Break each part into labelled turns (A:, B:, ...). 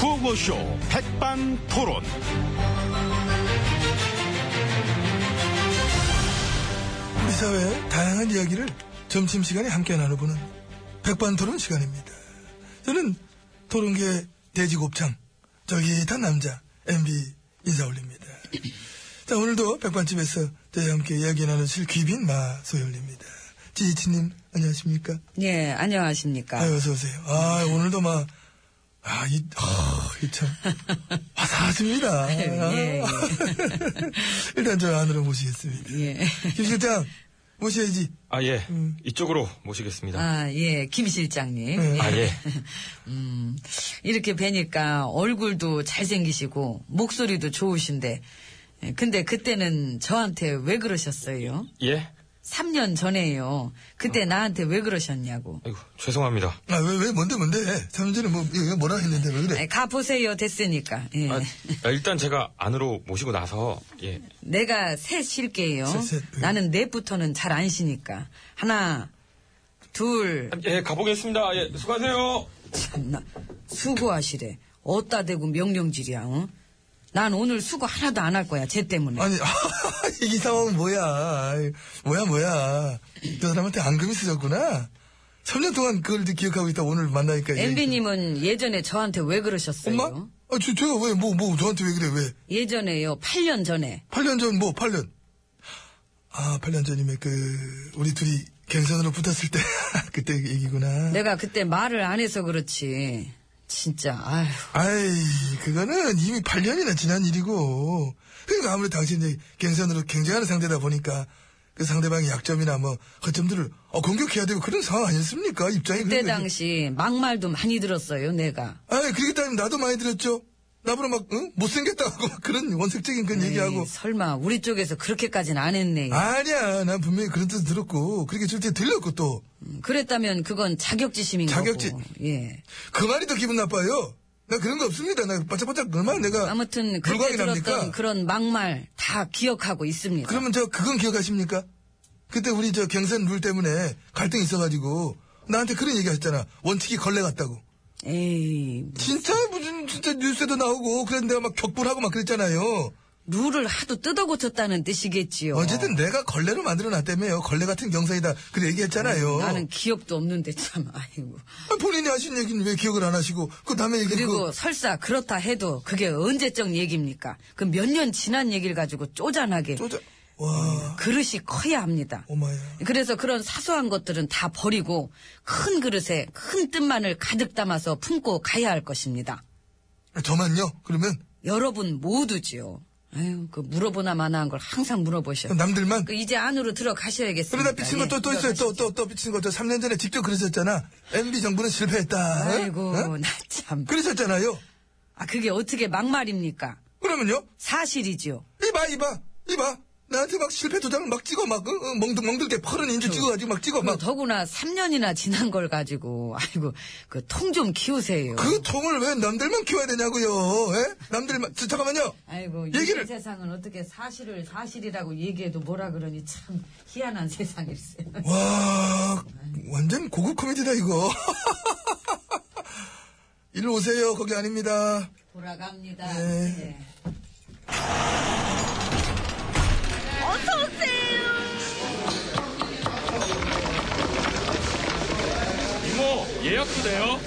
A: 구호쇼 백반토론.
B: 우리 사회의 다양한 이야기를 점심시간에 함께 나눠보는 백반토론 시간입니다. 저는 토론계 돼지곱창, 저기탄 남자, MB 인사 올립니다. 자, 오늘도 백반집에서 저희와 함께 이야기 나누실 귀빈 마소열입니다. 지지치님, 안녕하십니까?
C: 예, 안녕하십니까.
B: 아, 어서오세요. 아, 오늘도 막, 아, 이, 아, 이 참, 화사하십니다. 아.
C: 예, 예.
B: 일단 저 안으로 모시겠습니다.
C: 예.
B: 김 실장, 모셔야지.
D: 아, 예. 이쪽으로 모시겠습니다.
C: 음. 아, 예, 김 실장님.
B: 네.
D: 아, 예.
C: 음, 이렇게 뵈니까 얼굴도 잘생기시고, 목소리도 좋으신데, 예, 근데 그때는 저한테 왜 그러셨어요?
D: 예?
C: 3년 전에요. 그때 나한테 왜 그러셨냐고.
D: 아이고, 죄송합니다.
B: 아, 왜, 왜, 뭔데, 뭔데? 3년 전에 뭐, 이거 뭐라 했는데, 왜 그래?
C: 예, 가보세요, 됐으니까. 예.
D: 아, 아, 일단 제가 안으로 모시고 나서, 예.
C: 내가 셋 쉴게요.
B: 셋, 셋. 예.
C: 나는 넷부터는 잘 안 쉬니까. 하나, 둘,
D: 아, 예, 가보겠습니다. 예, 수고하세요.
C: 참나 수고하시래. 어따 대고 명령질이야. 어? 난 오늘 수고 하나도 안 할 거야. 쟤 때문에.
B: 아니, 이 상황은 뭐야. 아이, 뭐야, 뭐야. 저 사람한테 앙금이 쓰셨구나. 3년 동안 그걸 이제 기억하고 있다, 오늘 만나니까. 이게
C: 엠비님은 예전에 저한테 왜 그러셨어요?
B: 네, 엄마? 아, 저, 저, 왜, 뭐, 뭐, 저한테 왜 그래, 왜?
C: 예전에요. 8년 전에.
B: 8년 전, 뭐, 8년. 아, 8년 전이면 그, 우리 둘이 갱선으로 붙었을 때, 그때 얘기구나.
C: 내가 그때 말을 안 해서 그렇지. 진짜, 아휴.
B: 아이, 그거는 이미 8년이나 지난 일이고. 그러니까 아무래도 당신이 갱선으로 경쟁하는 상대다 보니까 그 상대방의 약점이나 뭐, 허점들을 어, 공격해야 되고 그런 상황 아니었습니까? 입장이.
C: 그때
B: 그러니까 이게-
C: 당시 막말도 많이 들었어요, 내가.
B: 아이, 그렇게 따지면 나도 많이 들었죠. 나보다 막, 응? 못생겼다고 막 그런 원색적인 그런
C: 에이,
B: 얘기하고.
C: 설마, 우리 쪽에서 그렇게까지는 안 했네.
B: 아니야, 난 분명히 그런 뜻 들었고, 그렇게 절대 들렸고 또.
C: 음, 그랬다면 그건 자격지심인
B: 자격지-
C: 거고. 예.
B: 그 말이 더 기분 나빠요. 나 그런 거 없습니다. 나 바짝바짝 얼마나 내가.
C: 아무튼, 그때
B: 물광이
C: 들었던
B: 납니까?
C: 그런 막말 다 기억하고 있습니다.
B: 그러면 저 그건 기억하십니까? 그때 우리 저 경선 룰 때문에 갈등이 있어가지고 나한테 그런 얘기 하셨잖아. 원칙이 걸레 같다고.
C: 에이,
B: 진짜 무슨 진짜 뉴스에도 나오고 그래서 내가 막 격분하고 막 그랬잖아요.
C: 룰을 하도 뜯어고쳤다는 뜻이겠지요.
B: 어쨌든 내가 걸레로 만들어놨다며요. 걸레 같은 경선이다. 그래 얘기했잖아요.
C: 음, 나는 기억도 없는데 참 아이고.
B: 아, 본인이 하신 얘기는 왜 기억을 안 하시고 그 다음에 얘기
C: 그리고
B: 그,
C: 설사 그렇다 해도 그게 언제적 얘기입니까? 그 몇 년 지난 얘기를 가지고 쪼잔하게
B: 쪼자 와
C: 그릇이 커야 합니다.
B: 오마야.
C: 그래서 그런 사소한 것들은 다 버리고 큰 그릇에 큰 뜻만을 가득 담아서 품고 가야 할 것입니다.
B: 아, 저만요. 그러면
C: 여러분 모두지요. 아유, 그 물어보나 마나한 걸 항상 물어보셔.
B: 남들만
C: 그 이제 안으로 들어가셔야겠습니다.
B: 그러다 삐친 거 또 또
C: 예,
B: 있어요. 또 또 또 삐친 거. 저 3년 전에 직접 그러셨잖아. MB 정부는 실패했다.
C: 아이고,
B: 어?
C: 나 참.
B: 그러셨잖아요.
C: 아, 그게 어떻게 막말입니까?
B: 그러면요?
C: 사실이지요.
B: 이봐 이봐 이봐 나한테 막 실패 도장을 막 찍어 막 응, 응, 멍들멍들게 퍼른 인주 찍어가지고 막 찍어
C: 뭐
B: 막 그
C: 더구나 3년이나 지난 걸 가지고, 아이고, 그 통 좀 키우세요.
B: 그 통을 왜 남들만 키워야 되냐고요 예? 남들만 저, 잠깐만요
C: 아이고,
B: 얘기를-
C: 이 세상은 어떻게 사실을 사실이라고 얘기해도 뭐라 그러니 참 희한한 세상일세.
B: 와 완전 고급 코미디다 이거 일로 오세요 거기 아닙니다
C: 돌아갑니다.
B: 네.
C: 예.
D: 이모, 예약도 돼요?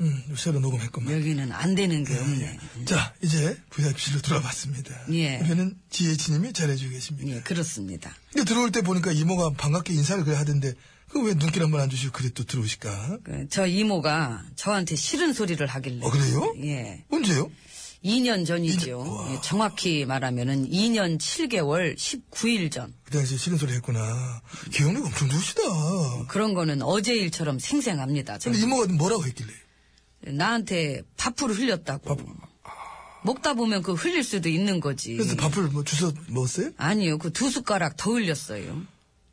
B: 음 새로 녹음했구만
C: 네. 여기는 안 되는 게 없네.
B: 자 이제 VIP실로 돌아왔습니다
C: 예.
B: 옆에는 GH님이 잘해주고 계십니다
C: 예, 그렇습니다.
B: 근데 들어올 때 보니까 이모가 반갑게 인사를 그래 하던데 그 왜 눈길 한 번 안 주시고 그래 또 들어오실까
C: 그, 저 이모가 저한테 싫은 소리를 하길래.
B: 어 그래요?
C: 예.
B: 언제요?
C: 2년
B: 이-
C: 전이지요.
B: 와.
C: 예, 정확히 말하면은 2년 7개월 19일 전.
B: 그 당시에 싫은 소리 했구나. 기억력 엄청 좋으시다.
C: 그런 거는 어제 일처럼 생생합니다.
B: 근데
C: 저는.
B: 이모가 뭐라고 했길래?
C: 나한테 밥풀을 흘렸다고. 먹다 보면 그 흘릴 수도 있는 거지.
B: 그래서 밥을 뭐 주워 먹었어요?
C: 아니요, 그 두 숟가락 더 흘렸어요.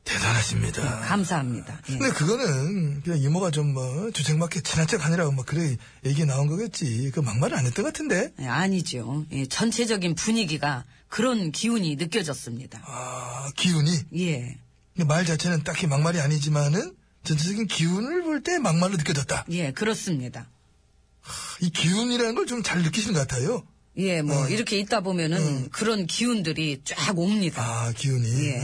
B: 대단하십니다.
C: 감사합니다. 예.
B: 아, 근데 그거는 그냥 이모가 좀 뭐 주책맞게 친한 척 하느라고 막 그래 얘기 나온 거겠지. 그 막말을 안 했던 것 같은데.
C: 예, 아니죠. 예, 전체적인 분위기가 그런 기운이 느껴졌습니다.
B: 아 기운이
C: 예.
B: 근데 말 자체는 딱히 막말이 아니지만은 전체적인 기운을 볼 때 막말로 느껴졌다.
C: 예, 그렇습니다.
B: 이 기운이라는 걸 좀 잘 느끼시는 것 같아요.
C: 예, 뭐,
B: 음.
C: 이렇게 있다 보면은 그런 기운들이 쫙 옵니다.
B: 아, 기운이.
C: 예.
B: 어.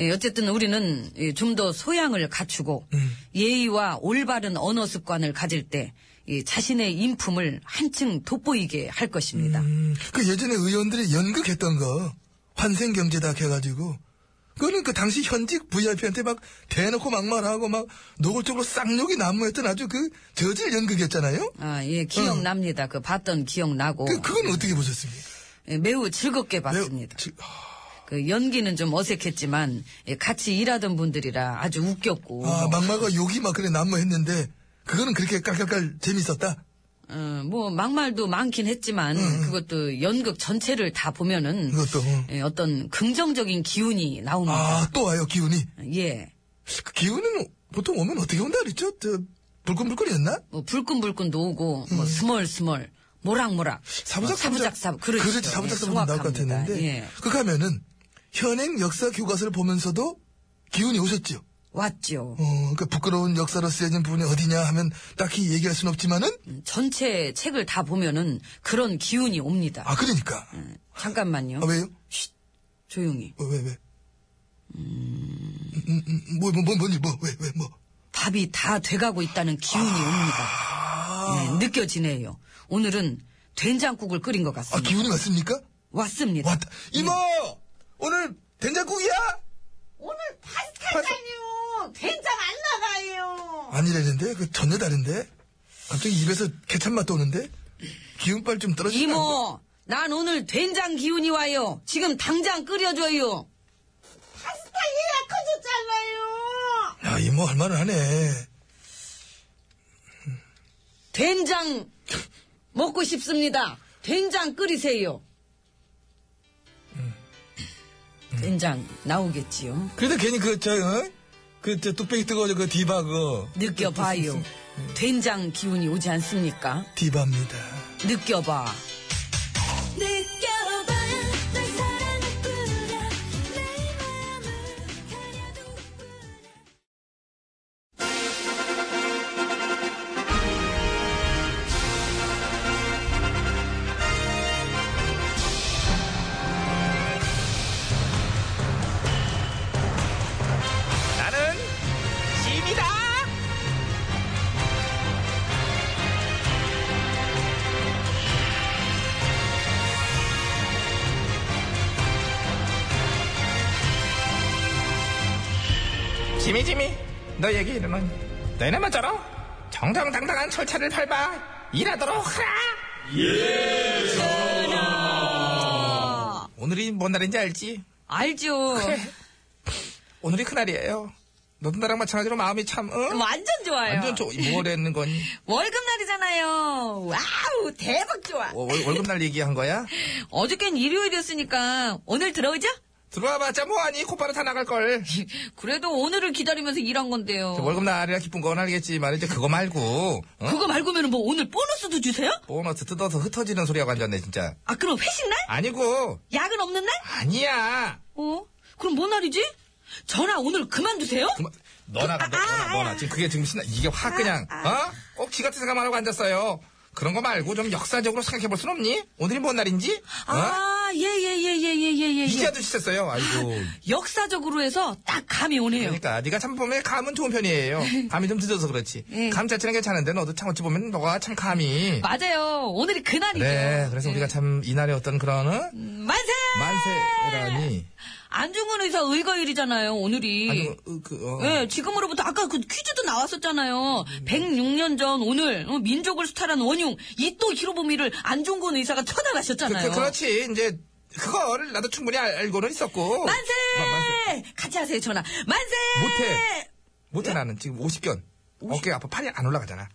C: 예, 어쨌든 우리는 좀 더 소양을 갖추고
B: 음.
C: 예의와 올바른 언어 습관을 가질 때이 자신의 인품을 한층 돋보이게 할 것입니다.
B: 음, 그 예전에 의원들이 연극했던 거 환생경제다 해가지고 그거는 그 당시 현직 VIP한테 막 대놓고 막말하고 막 노골적으로 쌍욕이 난무했던 아주 그 저질 연극이었잖아요.
C: 아, 예, 기억납니다. 그 봤던 기억나고
B: 그 그건 어떻게 보셨습니까?
C: 예, 매우 즐겁게
B: 매우-
C: 봤습니다.
B: 지-
C: 그 연기는 좀 어색했지만 예, 같이 일하던 분들이라 아주 웃겼고
B: 아 막말과 욕이 막 그래 난무했는데 그거는 그렇게 깔깔깔 재밌었다.
C: 어, 뭐 막말도 많긴 했지만 그것도 연극 전체를 다 보면은
B: 음, 그것도, 응.
C: 예, 어떤 긍정적인 기운이 나옵니다.
B: 아 또 와요 기운이.
C: 예.
B: 그 기운은 보통 오면 어떻게 온다 그랬죠? 저 불끈불끈이었나?
C: 뭐 불끈불끈도 오고 뭐 스멀스멀 모락모락
B: 음. 사부작
C: 사부작 사부 그렇죠.
B: 그렇지 사부작
C: 예,
B: 사부작 나올 것
C: 정확합니다.
B: 같았는데
C: 예.
B: 그 가면은 현행 역사 교과서를 보면서도 기운이 오셨지요.
C: 왔죠.
B: 어, 그 부끄러운 역사로 쓰여진 부분이 어디냐 하면 딱히 얘기할 순 없지만은
C: 음. 전체 책을 다 보면은 그런 기운이 옵니다.
B: 아 그러니까
C: 음. 잠깐만요.
B: 아, 왜요? 어,
C: 조용히.
B: 왜 음, 왜 왜? 뭐, 뭐뭐뭐뭐뭐왜왜뭐
C: 밥이 다 돼가고 있다는 기운이
B: 아.
C: 옵니다. 네, 느껴지네요. 오늘은 된장국을 끓인 것
B: 아,
C: 같습니다.
B: 기운이 왔습니까?
C: 왔습니다. 예.
B: 왔다 이모 오늘 된장국이야?
E: 오늘 파스타잖아요. 된장 안 나가요.
B: 아니라는데 그 전혀 다른데 갑자기 입에서 케찹 맛도 오는데 기운빨 좀 떨어지
C: 이모, 난 오늘 된장 기운이 와요. 지금 당장 끓여줘요.
E: 파스타 예약해줬잖아요.
B: 야 이모 뭐 할만은 하네.
C: 된장 먹고 싶습니다. 된장 끓이세요. 된장 나오겠지요.
B: 그래도 괜히 그, 저, 어? 그, 저, 뚝배기 뜨거워져, 그 디바, 그거.
C: 느껴봐요. 된장 기운이 오지 않습니까?
B: 디바입니다.
C: 느껴봐.
F: 느껴봐 널 사랑을 뿌려 내 마음을 가려도 뿌려
A: 나는 짐이다.
G: 지미 지미 너에게 이름은
H: 네.
G: 너희는 먼저로 정정당당한 철차를 밟아 일하도록 하라 오늘이 뭔 날인지 알지?
C: 알죠.
G: 그래 오늘이 그날이에요 너도 나랑 마찬가지로 마음이 참 응?
C: 완전 좋아요.
G: 완전 좋 뭐라는 거니
C: 월급 날이잖아요. 와우 대박 좋아.
G: 어, 월, 월급날 얘기한 거야?
C: 어저께는 일요일이었으니까 오늘 들어오죠?
G: 들어와봤자 뭐하니 곧바로 다 나갈걸
C: 그래도 오늘을 기다리면서 일한 건데요.
G: 월급날이라 기쁜 건 알겠지만 이제 그거 말고 어?
C: 그거 말고면 뭐 오늘 보너스도 주세요?
G: 보너스 뜯어서 흩어지는 소리하고 앉았네 진짜
C: 아 그럼 회식 날?
G: 아니고
C: 야근 없는 날?
G: 아니야
C: 어? 그럼 뭔 날이지? 전화 오늘 그만두세요?
G: 그만 아, 너나 너, 너나 너나 지금 그게 지금 신나 이게 확 그냥 어? 꼭지 같은 생각만 하고 앉았어요. 그런 거 말고 좀 역사적으로 생각해 볼 순 없니? 오늘이 뭔 날인지? 어?
C: 아, 예, 예, 예, 예, 예, 예, 예.
G: 이제 아저씨였어요. 아이고.
C: 역사적으로 해서 딱 감이 오네요.
G: 그러니까 네가 참 보면 감은 좋은 편이에요. 감이 좀 늦어서 그렇지.
C: 예.
G: 감 자체는 괜찮은데 너도 참 어찌 보면 너가 참 감이.
C: 맞아요. 오늘이 그날이죠. 음,
G: 네. 그래서 우리가 참 이날의 어떤 그런 어?
C: 만세!
G: 만세라니.
C: 안중근 의사 의거일이잖아요, 오늘이.
G: 아니 어, 그 어.
C: 예, 지금으로부터 아까 그 퀴즈도 나왔었잖아요. 106년 전 오늘 어, 민족을 수탈한 원흉 이또 히로부미를 안중근 의사가
G: 그,
C: 처단하셨잖아요.
G: 그, 그렇지. 이제 그거를 나도 충분히 알- 알고는 있었고.
C: 만세!
G: 마- 아, 만세.
C: 같이 하세요, 전화. 만세!
G: 못해. 못해 나는 지금 50견. 어깨 아파 팔이 안 올라가잖아.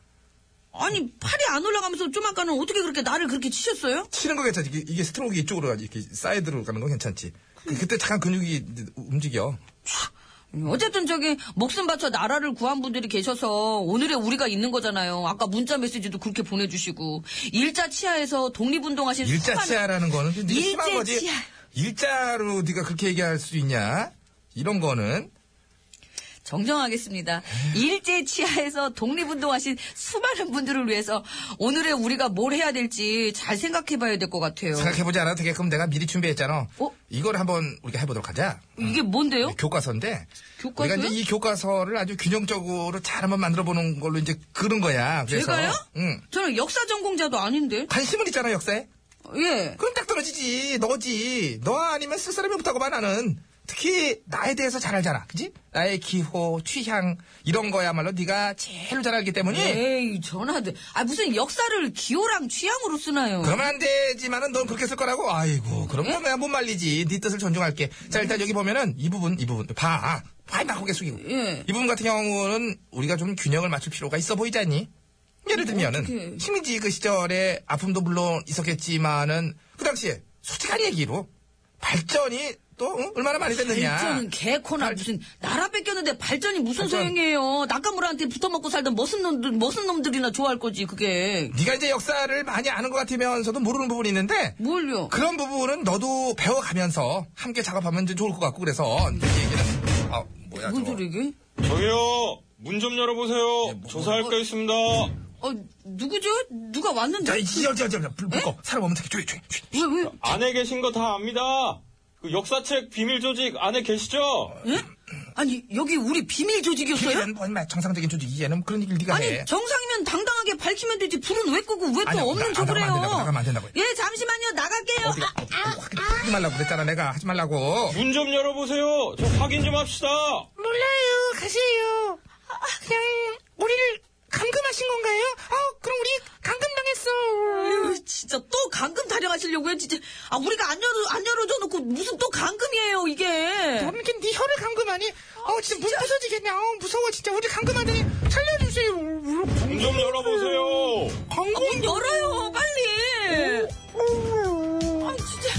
C: 아니, 팔이 안 올라가면서 좀 아까는 어떻게 그렇게 나를 그렇게 치셨어요?
G: 치는 거 괜찮지. 이게, 이게 스트로크 이쪽으로 가지. 이렇게 사이드로 가는 건 괜찮지.
C: 음.
G: 그, 그때 잠깐 근육이 이제 움직여.
C: 어쨌든 저기 목숨 바쳐 나라를 구한 분들이 계셔서 오늘의 우리가 있는 거잖아요. 아까 문자 메시지도 그렇게 보내주시고 일자 치하에서 독립운동하신
G: 일자
C: 수많은-
G: 치아라는 거는 좀 되게 심한
C: 일제
G: 거지.
C: 치아.
G: 일자로 네가 그렇게 얘기할 수 있냐? 이런 거는
C: 정정하겠습니다. 일제 치하에서 독립운동하신 수많은 분들을 위해서 오늘의 우리가 뭘 해야 될지 잘 생각해봐야 될 것 같아요.
B: 생각해보지 않아도 되게끔 내가 미리 준비했잖아.
C: 어?
B: 이걸 한번 우리가 해보도록 하자.
C: 이게 뭔데요?
B: 네, 교과서인데.
C: 교과서요?
B: 우리가 이제 이 교과서를 아주 균형적으로 잘 한번 만들어보는 걸로 이제 그런 거야. 그래서.
C: 제가요?
B: 응.
C: 저는 역사 전공자도 아닌데.
B: 관심은 있잖아, 역사에.
C: 예.
B: 그럼 딱 떨어지지. 너지. 너 아니면 쓸 사람이 없다고 봐, 나는. 특히 나에 대해서 잘 알잖아. 그지? 나의 기호, 취향 이런 거야말로 네가 제일 잘 알기 때문에
C: 네. 에이, 전화들. 아, 무슨 역사를 기호랑 취향으로 쓰나요?
B: 그러면 안 되지만은 넌 그렇게 쓸 거라고? 아이고, 그럼 건 내가 못 말리지. 네 뜻을 존중할게. 자, 일단 여기 보면은 이 부분, 이 부분. 봐. 봐, 막 고개 숙이고.
C: 예.
B: 이 부분 같은 경우는 우리가 좀 균형을 맞출 필요가 있어 보이잖니?
C: 어,
B: 예를 들면은, 식민지 그 시절에 아픔도 물론 있었겠지만은, 그 당시에 솔직한 얘기로 발전이 또 응? 얼마나 많이 됐느냐.
C: 발전은 개코나 무슨 나라 뺏겼는데 발전이 무슨 소용이에요? 나카무라한테 붙어먹고 살던 멋은 놈들 멋은 놈들이나 좋아할 거지 그게
B: 네가 이제 역사를 많이 아는 것 같으면서도 모르는 부분이 있는데,
C: 뭘요?
B: 그런 부분은 너도 배워가면서 함께 작업하면 이제 좋을 것 같고 그래서 이제 얘기를 아 뭐야
C: 뭔
B: 저거
C: 소리 이게?
D: 저기요 문 좀
C: 예,
D: 열어보세요.
C: 뭐,
D: 조사할 거 있습니다.
C: 어 누구죠? 누가 왔는데?
B: 자이 어, 지저지저지불 꺼 사람 없는 새끼 조용히 조용히 조용히.
C: 왜 왜?
D: 안에 계신 거 다 압니다. 그 역사책 비밀 조직 안에 계시죠?
C: 예? 아니 여기 우리 비밀 조직이었어요?
B: 이런 뭐 인마 정상적인 조직 이해는 그런 얘기를 네가
C: 아니
B: 해
C: 정상이면 당당하게 밝히면 되지 불은 왜 끄고 왜
B: 아니야,
C: 또 없는
B: 나-
C: 척을 해요?
B: 나가면 안 된다고, 나가면 안 된다고요.
C: 예 잠시만요 나갈게요.
B: 어디가 어, 아이고, 하지- 하지 말라고 그랬잖아 내가 하지 말라고
D: 문 좀 열어보세요. 저 확인 좀 합시다.
H: 몰라요. 가세요. 아, 그냥 우리를 감금하신 건가요? 어, 그럼 우리 감금당했어.
C: 아유, 진짜 또 감금 타령하시려고요 진짜. 아 우리가 안 열어 안 열어줘 놓고 무슨 또 감금이에요 이게.
H: 그럼 이렇게 네 혀를 감금하니? 어, 진짜 문 부서지겠네. 어, 무서워 진짜. 우리 감금하더니 살려주세요.
D: 문 좀 열어보세요.
C: 아, 문 열어요, 빨리! 아, 진짜.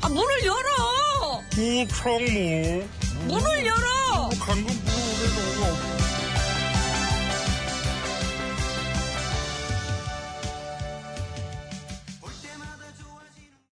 C: 아, 문을 열어!
D: 구창모
C: 문을 열어!
A: 아,
D: 강금 부르는